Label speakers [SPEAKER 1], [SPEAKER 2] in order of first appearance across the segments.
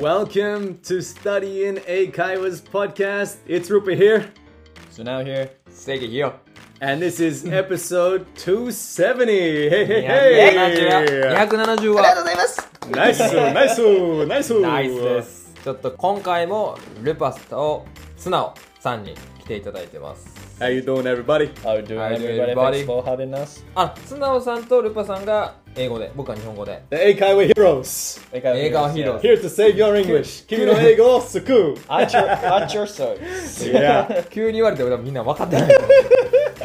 [SPEAKER 1] Welcome to Study in Eikaiwa's podcast. It's Rupa here,
[SPEAKER 2] So now here, Sega here.
[SPEAKER 1] and this is episode 270. Hey, hey,
[SPEAKER 2] 270
[SPEAKER 1] hey!
[SPEAKER 2] 270話。ありがとうございます
[SPEAKER 1] Nice, nice, nice.
[SPEAKER 2] ナイスです。ちょっと今回も、ルパスと素直さんに来ていただいてます。
[SPEAKER 1] How you doing, everybody?
[SPEAKER 3] How you doing,
[SPEAKER 2] How you doing,
[SPEAKER 3] everybody?
[SPEAKER 2] everybody?
[SPEAKER 3] Thanks for having us.
[SPEAKER 2] あ、素直さんとルパさんが英語で、僕は日本語で。
[SPEAKER 1] The Eikaiwa heroes
[SPEAKER 3] 笑
[SPEAKER 2] 顔ヒーロー
[SPEAKER 1] here to save your English. Kimi no eigo o suku.
[SPEAKER 3] At your, at your service.
[SPEAKER 1] Yeah.
[SPEAKER 2] 急に言われて俺はみんな分かってないけど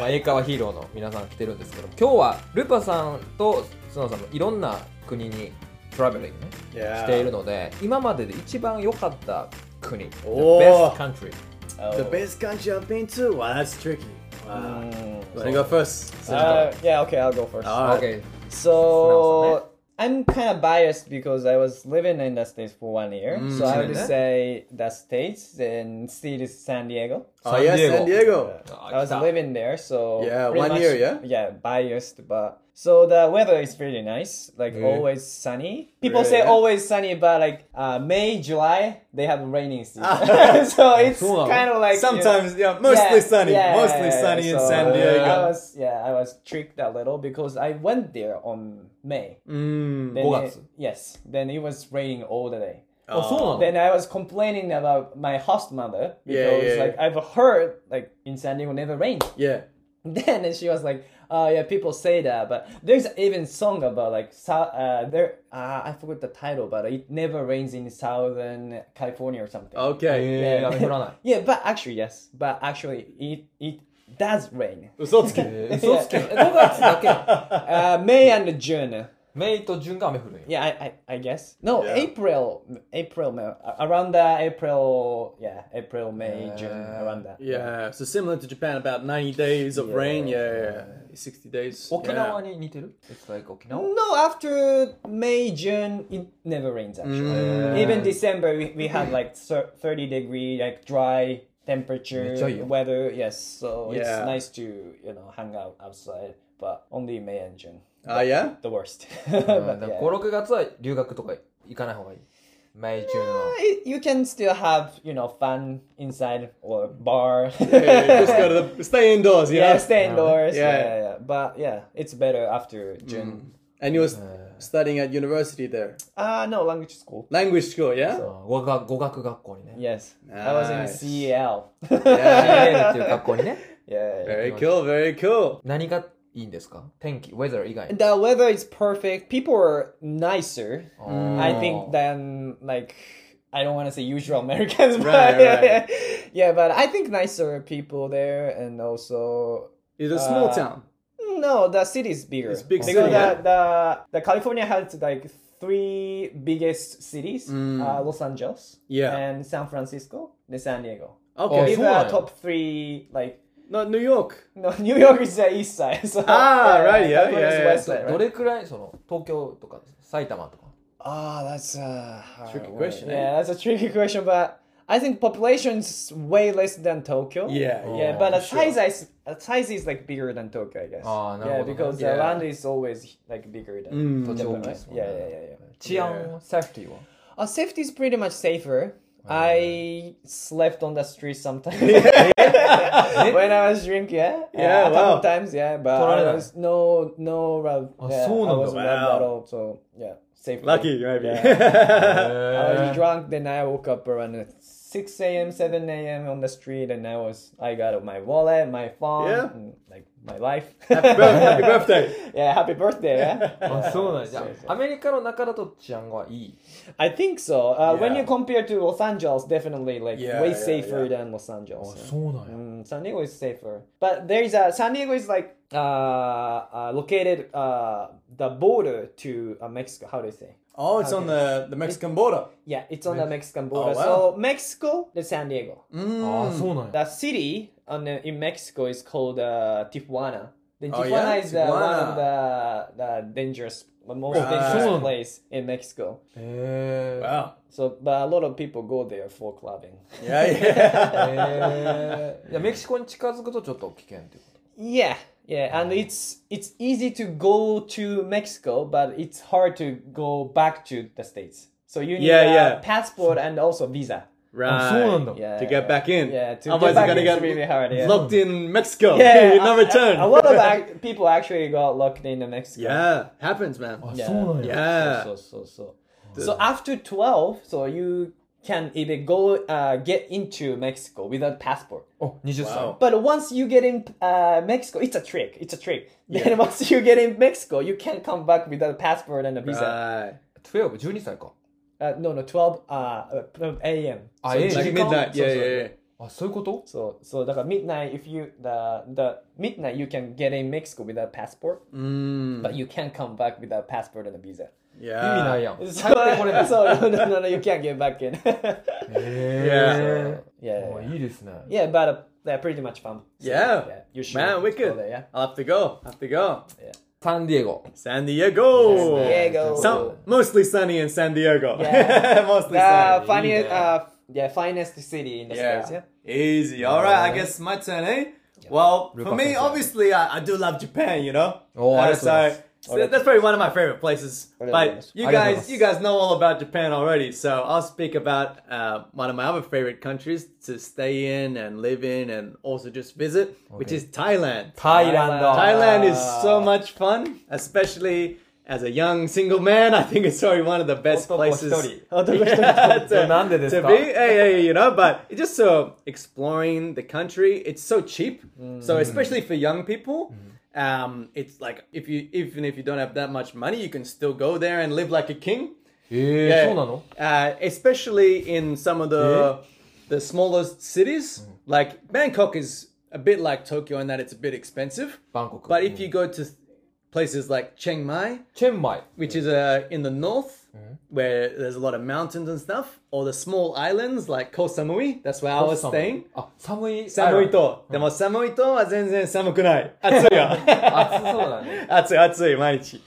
[SPEAKER 2] まあ英会話ヒーローの皆さん来てるんですけど今日はルパさんとスノーさんもいろんな国にトラベリングねしている
[SPEAKER 1] Yeah.
[SPEAKER 2] ので今までで一番良かった国 The
[SPEAKER 1] お
[SPEAKER 2] best
[SPEAKER 1] ー
[SPEAKER 2] country
[SPEAKER 3] Oh.
[SPEAKER 1] The best country I've been to. Wow, that's tricky. Wow.
[SPEAKER 3] Mm.
[SPEAKER 1] Wanna go first?
[SPEAKER 3] Uh, yeah, okay, I'll go first.
[SPEAKER 1] All right.
[SPEAKER 2] OK
[SPEAKER 3] So, I'm kind of biased because I was living in the States for one year. so, I would
[SPEAKER 2] yeah.
[SPEAKER 3] say the States, and state is San Diego.
[SPEAKER 1] Oh yeah,
[SPEAKER 2] San
[SPEAKER 1] San Diego.
[SPEAKER 3] Uh, I was living there, so
[SPEAKER 1] Yeah,
[SPEAKER 3] pretty
[SPEAKER 1] one
[SPEAKER 3] much-
[SPEAKER 1] year, yeah?
[SPEAKER 3] yeah, biased, but so the weather is really nice, like always sunny. People
[SPEAKER 1] Really,
[SPEAKER 3] say
[SPEAKER 1] yeah?
[SPEAKER 3] always sunny, but like uh, May, July, they have rainy season, so it's
[SPEAKER 2] cool.
[SPEAKER 3] kind of like you know-
[SPEAKER 1] Sometimes, yeah, mostly
[SPEAKER 3] yeah,
[SPEAKER 1] sunny.
[SPEAKER 3] yeah,
[SPEAKER 1] mostly
[SPEAKER 3] yeah,
[SPEAKER 1] sunny in
[SPEAKER 3] so uh,
[SPEAKER 1] San Diego.
[SPEAKER 3] I was yeah, I was tricked a little because I went there on May.
[SPEAKER 1] Mm.
[SPEAKER 3] Then
[SPEAKER 2] August.
[SPEAKER 3] it- yes, then it was raining all the day.
[SPEAKER 1] Oh.
[SPEAKER 2] あそうなの
[SPEAKER 3] Then I was complaining about my host mother because
[SPEAKER 1] Yeah, yeah,
[SPEAKER 3] like I've heard like in San Diego never rained.
[SPEAKER 1] Yeah.
[SPEAKER 3] Then and she was like, "Oh yeah, people say that, but there's even song about like so, uh, there uh, I forgot the title, but it never rains in Southern California or something."
[SPEAKER 1] Oh. Okay.
[SPEAKER 2] えー、降らない
[SPEAKER 3] Yeah, but actually yes, but actually it it does rain.
[SPEAKER 1] 嘘つき。
[SPEAKER 2] 嘘つけ
[SPEAKER 3] Yeah. 5月だけ uh, May and June.
[SPEAKER 2] メイとジュンが雨降るんや
[SPEAKER 3] Yeah, I I, I guess no
[SPEAKER 1] Yeah.
[SPEAKER 3] April April May around the April yeah April May June
[SPEAKER 2] Yeah.
[SPEAKER 3] around that.
[SPEAKER 1] Yeah, so similar to Japan, about 90 days of rain. Yeah, yeah, yeah. 60 days.
[SPEAKER 2] 沖
[SPEAKER 1] yeah.
[SPEAKER 2] 縄に似てる It's like 沖縄
[SPEAKER 3] No, after May, June, it never rains actually.
[SPEAKER 1] Mm.
[SPEAKER 3] Even December, we, we have like thir- 30 degree, like dry temperature,
[SPEAKER 2] めっちゃいいよ。
[SPEAKER 3] weather. Yes, so
[SPEAKER 1] Yeah.
[SPEAKER 3] it's nice to, you know, hang out outside, but only May and June.
[SPEAKER 1] Ah, yeah?
[SPEAKER 3] The worst.
[SPEAKER 1] Uh,
[SPEAKER 2] うん
[SPEAKER 3] But
[SPEAKER 2] だか
[SPEAKER 3] yeah.
[SPEAKER 2] ら56月は留学とか行かない方がいいメイ中の
[SPEAKER 3] It- Ah, You can still have, you know, fun inside or bar.
[SPEAKER 1] Yeah, just go to the stay indoors, you
[SPEAKER 3] yeah,
[SPEAKER 1] know.
[SPEAKER 3] stay
[SPEAKER 1] Yeah. Mm.
[SPEAKER 3] indoors. Yeah. yeah, yeah. But yeah, it's better after June.
[SPEAKER 1] And you were s- studying at university there,
[SPEAKER 3] Ah, no, language school.
[SPEAKER 1] language school, yeah.
[SPEAKER 2] うん語学語学学校にね
[SPEAKER 3] Yes, I was in E
[SPEAKER 1] Nice.
[SPEAKER 3] CEL.
[SPEAKER 2] CL っていう学校にね
[SPEAKER 3] yeah, yeah.
[SPEAKER 1] Very cool, very cool.
[SPEAKER 2] 何がいいんですか天気 weather 以外
[SPEAKER 3] The weather is perfect. People are nicer,
[SPEAKER 2] うん
[SPEAKER 1] Oh.
[SPEAKER 3] I think, than like I don't want to say usual Americans, but
[SPEAKER 1] Right, right.
[SPEAKER 3] yeah, but I think nicer people there, and also
[SPEAKER 1] It's a small
[SPEAKER 3] Uh,
[SPEAKER 1] town.
[SPEAKER 3] no, the city is bigger.
[SPEAKER 1] It's big
[SPEAKER 3] because
[SPEAKER 1] city,
[SPEAKER 3] the,
[SPEAKER 1] yeah.
[SPEAKER 3] the the California has like three biggest cities:
[SPEAKER 1] Mm.
[SPEAKER 3] uh, Los Angeles,
[SPEAKER 1] Yeah. Oh,
[SPEAKER 3] and San Francisco, and San Diego.
[SPEAKER 1] Okay.
[SPEAKER 3] These
[SPEAKER 2] so-
[SPEAKER 3] are
[SPEAKER 2] yeah.
[SPEAKER 3] top three like.
[SPEAKER 1] Not New York.
[SPEAKER 3] No, New York is the east side. So,
[SPEAKER 1] Ah, right, yeah,
[SPEAKER 3] California is
[SPEAKER 1] yeah, yeah.
[SPEAKER 3] west
[SPEAKER 2] ど
[SPEAKER 3] side, right?
[SPEAKER 2] どれくらいその東京とか埼玉とか
[SPEAKER 3] Ah, that's a hard
[SPEAKER 1] Tricky
[SPEAKER 3] one.
[SPEAKER 1] question, eh?
[SPEAKER 3] Yeah, that's a tricky question, but I think population's way less than Tokyo.
[SPEAKER 1] Yeah,
[SPEAKER 3] yeah,
[SPEAKER 2] Oh,
[SPEAKER 3] but a
[SPEAKER 1] sure.
[SPEAKER 3] size is a size is like bigger than Tokyo, I guess.
[SPEAKER 2] Ah,
[SPEAKER 3] yeah,
[SPEAKER 2] なるほどね。
[SPEAKER 3] because
[SPEAKER 1] Yeah. Mm,
[SPEAKER 3] the land is always like bigger than.
[SPEAKER 2] 土地大きい
[SPEAKER 3] Japan,
[SPEAKER 2] で
[SPEAKER 3] right?
[SPEAKER 2] すもん
[SPEAKER 3] Yeah,
[SPEAKER 2] ね
[SPEAKER 3] yeah, yeah, yeah.
[SPEAKER 2] 治安は safety は
[SPEAKER 3] Uh, safety is pretty much safer.
[SPEAKER 1] Oh,
[SPEAKER 3] I slept on the street sometimes when I was drinking. Yeah,
[SPEAKER 1] Yeah,
[SPEAKER 3] a couple
[SPEAKER 1] wow. Oh,
[SPEAKER 3] times. Yeah, but I
[SPEAKER 2] Torarana.
[SPEAKER 3] was no no rob.
[SPEAKER 2] Ah,
[SPEAKER 3] yeah,
[SPEAKER 2] so
[SPEAKER 3] I
[SPEAKER 2] no,
[SPEAKER 3] was
[SPEAKER 1] wow.
[SPEAKER 3] at all. So yeah, safe.
[SPEAKER 1] Lucky, maybe. Uh.
[SPEAKER 3] I was drunk, then I woke up around 6 a.m., 7 a.m. on the street, and I was, I got out my wallet, my phone,
[SPEAKER 1] Yeah.
[SPEAKER 3] and, like my life.
[SPEAKER 1] Birth- Happy birthday.
[SPEAKER 3] yeah, happy birthday. Yeah?
[SPEAKER 2] あそうなんじゃあアメリカの中だと治安はいい
[SPEAKER 3] I think so. Uh, When
[SPEAKER 1] Yeah.
[SPEAKER 3] you compare to Los Angeles, definitely like
[SPEAKER 1] Yeah,
[SPEAKER 3] way
[SPEAKER 1] yeah, Oh,
[SPEAKER 3] safer
[SPEAKER 1] yeah.
[SPEAKER 3] than Los Angeles. yeah.
[SPEAKER 2] うなん
[SPEAKER 3] Mm, San Diego is safer, but there is a San Diego is like uh, uh located uh the border to uh, Mexico. How do you say?
[SPEAKER 1] Oh, it's on the, the Mexican border.
[SPEAKER 3] Yeah, it's on the Mexican border.
[SPEAKER 1] Oh, wow. Mm.
[SPEAKER 3] So Mexico, the San Diego.
[SPEAKER 2] ああそうなんや
[SPEAKER 3] The city on the, in Mexico is called uh, Tijuana. Then
[SPEAKER 1] Oh,
[SPEAKER 3] Tijuana
[SPEAKER 1] yeah?
[SPEAKER 3] is the, one
[SPEAKER 1] Tijuana. Oh,
[SPEAKER 3] of the, the dangerous, the most
[SPEAKER 1] Right.
[SPEAKER 3] dangerous place in Mexico.
[SPEAKER 2] へー
[SPEAKER 1] Wow.
[SPEAKER 3] So, but a lot of people go there for clubbing.
[SPEAKER 1] Yeah, yeah.
[SPEAKER 2] へーいやメキシコに近づくとちょっと危険っていうこ
[SPEAKER 3] Yeah, yeah,
[SPEAKER 1] Um,
[SPEAKER 3] and it's it's easy to go to Mexico, but it's hard to go back to the states. So you need
[SPEAKER 1] Yeah,
[SPEAKER 3] a
[SPEAKER 1] yeah.
[SPEAKER 3] passport and also visa.
[SPEAKER 1] Right.
[SPEAKER 2] そうなんだ
[SPEAKER 3] Yeah.
[SPEAKER 1] To get back in.
[SPEAKER 3] Uh, Yeah, to
[SPEAKER 1] Otherwise
[SPEAKER 3] get back
[SPEAKER 1] you're gonna
[SPEAKER 3] is
[SPEAKER 1] get
[SPEAKER 3] really hard. Yeah.
[SPEAKER 1] locked in Mexico.
[SPEAKER 3] yeah,
[SPEAKER 1] you never
[SPEAKER 3] a-
[SPEAKER 1] return.
[SPEAKER 3] A, a lot of ac- people actually got locked in the Mexico.
[SPEAKER 1] yeah, happens, man.
[SPEAKER 2] あ
[SPEAKER 3] Yeah.
[SPEAKER 2] そうなんや
[SPEAKER 1] Yeah.
[SPEAKER 3] Oh, So so so. So after 12, so you can even go uh, get into Mexico without passport.
[SPEAKER 2] お20歳、
[SPEAKER 1] Wow.
[SPEAKER 3] But once you get in uh, Mexico, it's a trick. It's a trick. Then once you get in Mexico, you can't come back without a passport and a visa.
[SPEAKER 1] Right.
[SPEAKER 2] 1212歳か
[SPEAKER 3] Uh, no, no, 12 uh, uh, a.m.
[SPEAKER 2] あ
[SPEAKER 3] So
[SPEAKER 2] ええ
[SPEAKER 3] Did you
[SPEAKER 1] Like midnight.
[SPEAKER 3] come? So-
[SPEAKER 1] Ah, Yeah,
[SPEAKER 3] so-
[SPEAKER 1] yeah, yeah.
[SPEAKER 2] あそういうこと
[SPEAKER 3] So so that midnight if you the the midnight you can get in Mexico without passport,
[SPEAKER 1] Mm,
[SPEAKER 3] but you can't come back without passport and a visa.
[SPEAKER 2] 意味ない
[SPEAKER 1] yeah.
[SPEAKER 2] やん
[SPEAKER 3] So, so no, no, no, you can't get back in.
[SPEAKER 2] へ
[SPEAKER 3] yeah,
[SPEAKER 2] えもう
[SPEAKER 3] yeah,
[SPEAKER 2] いいですね
[SPEAKER 3] yeah, but uh, they're pretty much fun. So,
[SPEAKER 1] Yeah.
[SPEAKER 3] you should
[SPEAKER 1] Man,
[SPEAKER 3] go
[SPEAKER 1] wicked.
[SPEAKER 3] There, yeah,
[SPEAKER 1] I'll have to go. Have to go.
[SPEAKER 2] サンディエゴ
[SPEAKER 1] San Diego.
[SPEAKER 3] San Diego.
[SPEAKER 1] Some, mostly sunny in San Diego.
[SPEAKER 3] Yeah.
[SPEAKER 1] mostly
[SPEAKER 3] the
[SPEAKER 1] sunny.
[SPEAKER 3] funniest,
[SPEAKER 2] yeah.
[SPEAKER 3] uh, yeah, finest city in the states. Yeah.
[SPEAKER 1] Easy. All right, I guess my turn, eh? Well, for
[SPEAKER 2] Rupa
[SPEAKER 1] me,
[SPEAKER 2] sensei.
[SPEAKER 1] obviously, I, I do love Japan. You know,
[SPEAKER 2] Oh,
[SPEAKER 1] Uh,
[SPEAKER 2] arigatou
[SPEAKER 1] so,
[SPEAKER 2] gozaimasu.
[SPEAKER 1] so that's probably one of my favorite places. But
[SPEAKER 3] Arigatou gozaimasu.
[SPEAKER 1] you
[SPEAKER 2] Arigatou
[SPEAKER 1] guys,
[SPEAKER 2] gozaimasu.
[SPEAKER 1] you guys know all about Japan already, so I'll speak about uh, one of my other favorite countries to stay in and live in, and also just visit, which
[SPEAKER 2] Okay.
[SPEAKER 1] is Thailand.
[SPEAKER 2] タイランド
[SPEAKER 1] Thailand is so much fun, especially as a young single man. I think it's probably one of the best
[SPEAKER 2] 男一
[SPEAKER 1] places.
[SPEAKER 2] 人
[SPEAKER 1] Yeah, to,
[SPEAKER 2] なんでですか
[SPEAKER 1] to be, hey, hey, you know, but it's just so exploring the country. It's so cheap. So especially for young people, um, it's like if you even if you don't have that much money, you can still go there and live like a king.
[SPEAKER 2] ええ
[SPEAKER 1] Yeah.
[SPEAKER 2] そうなの
[SPEAKER 1] Uh, especially in some of the the smallest cities, like Bangkok is a bit like Tokyo in that it's a bit expensive.
[SPEAKER 2] バンコク
[SPEAKER 1] But if you go to th- places like Chiang Mai,
[SPEAKER 2] チェンマイ
[SPEAKER 1] which is uh, in the north, where there's a lot of mountains and stuff, or the small islands like Koh Samui, that's where I was staying.
[SPEAKER 2] あ寒い
[SPEAKER 1] 寒いと、でも寒いとは全然寒くない。暑いよ。
[SPEAKER 2] 暑そうだね
[SPEAKER 1] 暑い暑い毎日。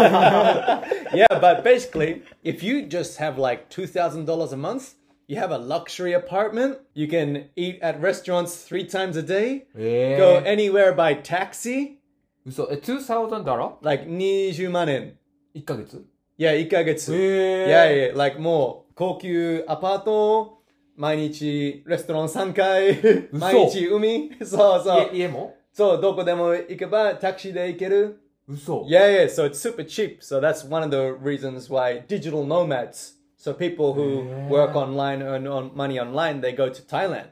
[SPEAKER 1] yeah, but basically, if you just have like $2,000 a month, you have a luxury apartment, you can eat at restaurants three times a day,
[SPEAKER 2] え
[SPEAKER 1] go
[SPEAKER 2] え
[SPEAKER 1] anywhere by taxi,
[SPEAKER 2] 嘘え2000ダラ
[SPEAKER 1] like 20万円。
[SPEAKER 2] 1ヶ月
[SPEAKER 1] Yeah, 1ヶ月。
[SPEAKER 2] ええ
[SPEAKER 1] Yeah, yeah, like もう高級アパート、毎日レストラン3回、毎日海、そうそう
[SPEAKER 2] 家。家も
[SPEAKER 1] そう、どこでも行けばタクシーで行ける。
[SPEAKER 2] 嘘
[SPEAKER 1] Yeah, yeah, so it's super cheap. So that's one of the reasons why digital nomads, so people who work online, earn on money online, they go to Thailand.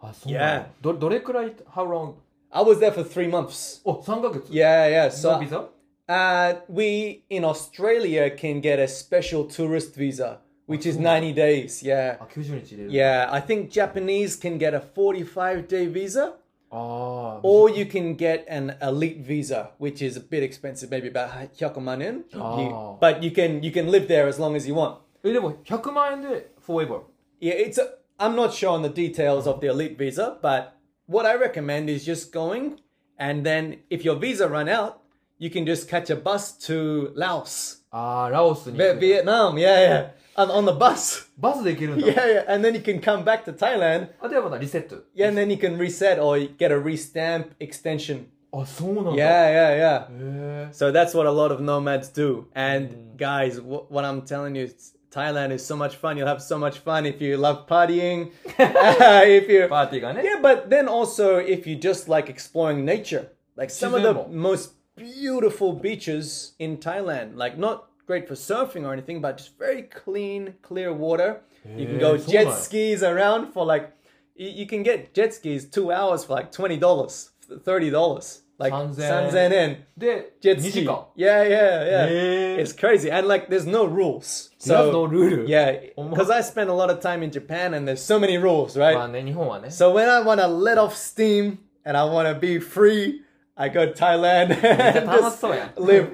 [SPEAKER 2] あそうなの
[SPEAKER 1] Yeah.
[SPEAKER 2] どどれくらい How long
[SPEAKER 1] I was there for three months.
[SPEAKER 2] お3ヶ月
[SPEAKER 1] Yeah, yeah,
[SPEAKER 2] の
[SPEAKER 1] so
[SPEAKER 2] ビザ
[SPEAKER 1] Uh, we in Australia can get a special tourist visa, which is 90 days. Yeah.
[SPEAKER 2] あ90日入れる
[SPEAKER 1] Yeah, I think Japanese can get a 45 day visa,
[SPEAKER 2] ああ
[SPEAKER 1] or you can get an elite visa, which is a bit expensive, maybe about 100万円 You- But you can you can live there as long as you want.
[SPEAKER 2] えでも100万円で Forever
[SPEAKER 1] Yeah, it's a, I'm not sure on the details of the elite visa, but what I recommend is just going, and then if your visa run out, you can just catch a bus to Laos,
[SPEAKER 2] ああラオスに
[SPEAKER 1] Vi-
[SPEAKER 2] 行く
[SPEAKER 1] Vietnam. Yeah, yeah, on, on the bus.
[SPEAKER 2] バスで行けるんだ
[SPEAKER 1] Yeah, yeah, and then you can come back to Thailand.
[SPEAKER 2] あではまだリセット
[SPEAKER 1] Yeah, and then you can reset or you get a restamp extension.
[SPEAKER 2] あそうなんだ
[SPEAKER 1] Yeah, yeah, yeah.
[SPEAKER 2] へえ
[SPEAKER 1] So that's what a lot of nomads do. And guys, wh- what I'm telling you, it's- Thailand is so much fun. You'll have so much fun if you love partying. if you
[SPEAKER 2] パーティーがね
[SPEAKER 1] yeah, but then also if you just like exploring nature, like some of the
[SPEAKER 2] Shizumo.
[SPEAKER 1] most beautiful beaches in Thailand, like not great for surfing or anything, but just very clean, clear water. You can go
[SPEAKER 2] Yeah, so
[SPEAKER 1] jet
[SPEAKER 2] nice.
[SPEAKER 1] skis around for like, you, you can get jet skis two hours for like twenty dollars, thirty dollars, like
[SPEAKER 2] 3000
[SPEAKER 1] 3000 yen.
[SPEAKER 2] で
[SPEAKER 1] Jet
[SPEAKER 2] 2
[SPEAKER 1] ski.
[SPEAKER 2] 時間
[SPEAKER 1] Yeah, yeah, yeah.
[SPEAKER 2] Yeah.
[SPEAKER 1] It's crazy, and like there's no rules. So
[SPEAKER 2] There's no Oh rule.
[SPEAKER 1] Yeah,
[SPEAKER 2] Almost.
[SPEAKER 1] because I spent a lot of time in Japan, and there's so many rules, right?
[SPEAKER 2] まあね日本はね
[SPEAKER 1] So when I want to let off steam and I want to be free, I go to Thailand and just
[SPEAKER 2] 楽しそうやん。
[SPEAKER 1] live,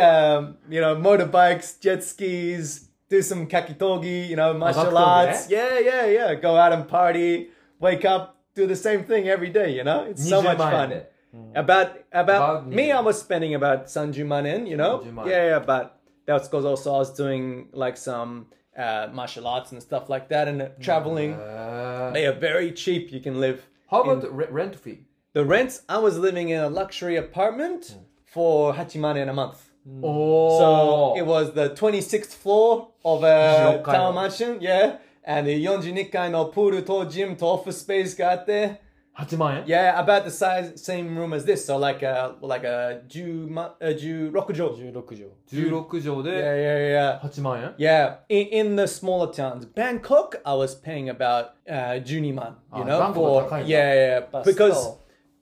[SPEAKER 1] um, you know, motorbikes, jet skis, do some kakitogi, you know, martial
[SPEAKER 2] Kakitogi,
[SPEAKER 1] arts. Yeah, yeah, yeah. Go out and party, wake up, do the same thing every day. You know, it's so much
[SPEAKER 2] 20
[SPEAKER 1] fun.
[SPEAKER 2] 万円で
[SPEAKER 1] About about
[SPEAKER 2] About
[SPEAKER 1] me, I
[SPEAKER 2] 20.
[SPEAKER 1] was spending about sanjuman in, you know.
[SPEAKER 2] 30万
[SPEAKER 1] Yeah, yeah, but that's because also I was doing like some uh, martial arts and stuff like that, and uh, traveling.
[SPEAKER 2] へえ
[SPEAKER 1] They are very cheap. You can live.
[SPEAKER 2] How about the re- rent
[SPEAKER 1] Hmm.
[SPEAKER 2] fee?
[SPEAKER 1] The rent, I was living in a luxury apartment for Hachiman in a month. So
[SPEAKER 2] お
[SPEAKER 1] it was the 26th floor Oh. of a
[SPEAKER 2] 16階
[SPEAKER 1] tower
[SPEAKER 2] の
[SPEAKER 1] mansion, yeah. And the 42階のプールとジムとオフィススペースがあって、
[SPEAKER 2] 8万円
[SPEAKER 1] yeah, about the size, same room as this. So like a, like a 10ま、uh, 16畳。
[SPEAKER 3] 16畳。
[SPEAKER 2] 16畳
[SPEAKER 1] Yeah,
[SPEAKER 2] で
[SPEAKER 1] yeah, yeah.
[SPEAKER 2] 8万円
[SPEAKER 1] Yeah, in, in the smaller towns, Bangkok, I was paying about uh, 12万, you
[SPEAKER 2] Ah,
[SPEAKER 1] know,
[SPEAKER 2] Bangkok
[SPEAKER 1] for
[SPEAKER 2] 高いんだ。
[SPEAKER 1] yeah, yeah,
[SPEAKER 3] But
[SPEAKER 1] because
[SPEAKER 3] still.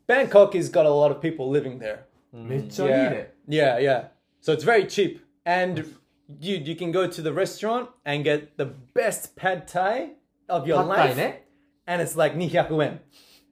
[SPEAKER 1] Bangkok has got a lot of people living there.
[SPEAKER 2] めっちゃいい
[SPEAKER 1] Yeah,
[SPEAKER 2] ね
[SPEAKER 1] yeah, yeah. So it's very cheap, and you you can go to the restaurant and get the best pad thai of your
[SPEAKER 2] パッタ
[SPEAKER 1] life,
[SPEAKER 2] イね
[SPEAKER 1] and it's like 200 yen.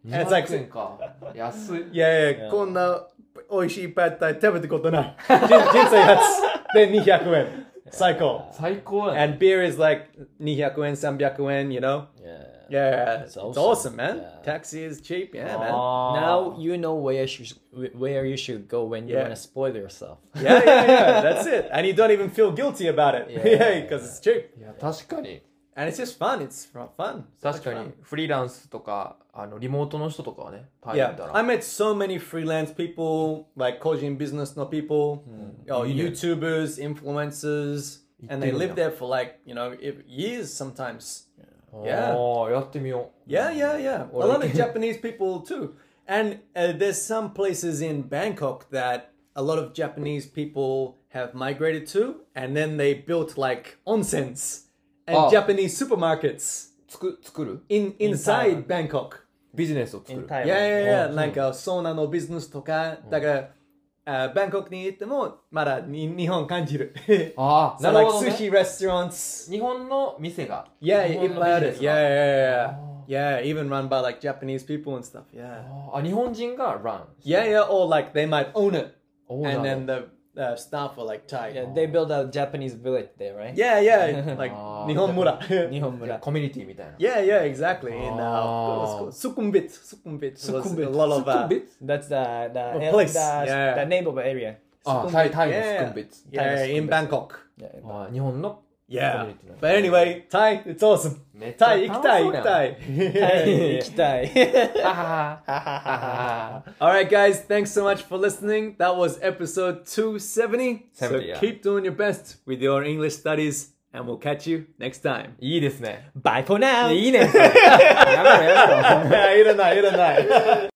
[SPEAKER 1] And it's like
[SPEAKER 2] 200円か安い
[SPEAKER 1] yeah, yeah, こんな美味しいパッタイ食べたことない。人人生初で200円。最高。
[SPEAKER 2] 最高やね
[SPEAKER 1] And beer is like 200 yen, 300 yen, you know?
[SPEAKER 3] Yeah.
[SPEAKER 1] Yeah, it's,
[SPEAKER 3] awesome.
[SPEAKER 1] awesome. man.
[SPEAKER 3] Yeah.
[SPEAKER 1] Taxi is cheap, yeah,
[SPEAKER 3] Now you know where you should where you should go when you
[SPEAKER 1] Yeah.
[SPEAKER 3] wanna spoil yourself.
[SPEAKER 1] man. Yeah, yeah, yeah. That's it. And you don't even feel guilty about it.
[SPEAKER 3] Yeah.
[SPEAKER 1] Yeah, because it's cheap.
[SPEAKER 2] いや確かに
[SPEAKER 1] And it's just fun. It's fr- fun. So
[SPEAKER 2] 確
[SPEAKER 1] much
[SPEAKER 2] か
[SPEAKER 1] fun.
[SPEAKER 2] にフリーランスとかあのリモートの人とかはねタイだ
[SPEAKER 1] Yeah,
[SPEAKER 2] た
[SPEAKER 1] I
[SPEAKER 2] ら
[SPEAKER 1] met so many freelance people, like coaching business no people, oh,
[SPEAKER 2] Yeah.
[SPEAKER 1] YouTubers, influencers, and they
[SPEAKER 2] Itinerary.
[SPEAKER 1] live there for like, you know, if, years sometimes.
[SPEAKER 2] ああやってみよう
[SPEAKER 1] Yeah, yeah, yeah.
[SPEAKER 2] Or
[SPEAKER 1] a lot
[SPEAKER 2] like-
[SPEAKER 1] of Japanese people too. And uh, there's some places in Bangkok that a lot of Japanese people have migrated to, and then they built like onsens and
[SPEAKER 2] Oh.
[SPEAKER 1] Japanese supermarkets
[SPEAKER 2] つく作る
[SPEAKER 1] in inside Bangkok.
[SPEAKER 2] ビジネスを作る
[SPEAKER 1] Yeah, yeah, yeah.
[SPEAKER 2] Oh.
[SPEAKER 1] Like a sauna no business uh, とか、だから、バンコクに行ってもまだに日本感じる。
[SPEAKER 2] ああ
[SPEAKER 1] so
[SPEAKER 2] なる
[SPEAKER 1] like
[SPEAKER 2] ほど、ね、
[SPEAKER 1] sushi restaurants.
[SPEAKER 2] 日本の店が
[SPEAKER 1] Yeah,
[SPEAKER 2] 日
[SPEAKER 1] い
[SPEAKER 2] 本
[SPEAKER 1] っ
[SPEAKER 2] の
[SPEAKER 1] ぱいある。
[SPEAKER 2] ビジネス
[SPEAKER 1] Yeah,
[SPEAKER 2] が
[SPEAKER 1] yeah,
[SPEAKER 2] Oh.
[SPEAKER 1] yeah. Yeah, even run by like Japanese people and stuff. Yeah.
[SPEAKER 2] あ日本人が run
[SPEAKER 1] Yeah, yeah, or like they might own it.
[SPEAKER 2] オーナー
[SPEAKER 1] And then the uh, staff are like Thai.
[SPEAKER 3] Yeah, they build a Japanese village there, right?
[SPEAKER 1] Yeah, yeah, like
[SPEAKER 2] Ah.
[SPEAKER 1] Nihon Mura.
[SPEAKER 3] 日本村。
[SPEAKER 2] コミュニティみたいな
[SPEAKER 1] yeah, yeah, exactly. And uh,
[SPEAKER 2] Ah.
[SPEAKER 1] what was it called? Sukhumvit. Sukhumvit. Sukhumvit.
[SPEAKER 2] Sukhumvit.
[SPEAKER 1] A lot of uh,
[SPEAKER 2] Sukhumvit?
[SPEAKER 3] That's the the,
[SPEAKER 1] A Oh, place,
[SPEAKER 3] the,
[SPEAKER 1] yeah.
[SPEAKER 3] the name of the area.
[SPEAKER 2] あ
[SPEAKER 1] Sukhumvit,
[SPEAKER 2] タイタイの
[SPEAKER 1] yeah.
[SPEAKER 2] スクンビッツ
[SPEAKER 1] Yeah,
[SPEAKER 3] Thai
[SPEAKER 1] in
[SPEAKER 3] Sukhumvit.
[SPEAKER 1] Bangkok.
[SPEAKER 3] Yeah.
[SPEAKER 2] あ日本の
[SPEAKER 1] Yeah.
[SPEAKER 2] Community.
[SPEAKER 1] But anyway, Thai, it's awesome.
[SPEAKER 2] めっちゃ
[SPEAKER 1] Thai,
[SPEAKER 2] 楽し
[SPEAKER 1] ik
[SPEAKER 2] そう
[SPEAKER 1] Thai,
[SPEAKER 2] やん
[SPEAKER 1] ik Thai.
[SPEAKER 3] 行きたい。
[SPEAKER 2] あはは
[SPEAKER 1] All right, guys, thanks so much for listening. That was episode 270. so
[SPEAKER 2] 70, yeah.
[SPEAKER 1] keep doing your best with your English studies, and we'll catch you next time.
[SPEAKER 2] いいですね
[SPEAKER 3] Bye for now.
[SPEAKER 2] いいねやめろやめろ
[SPEAKER 1] yeah, you don't know, you don't know.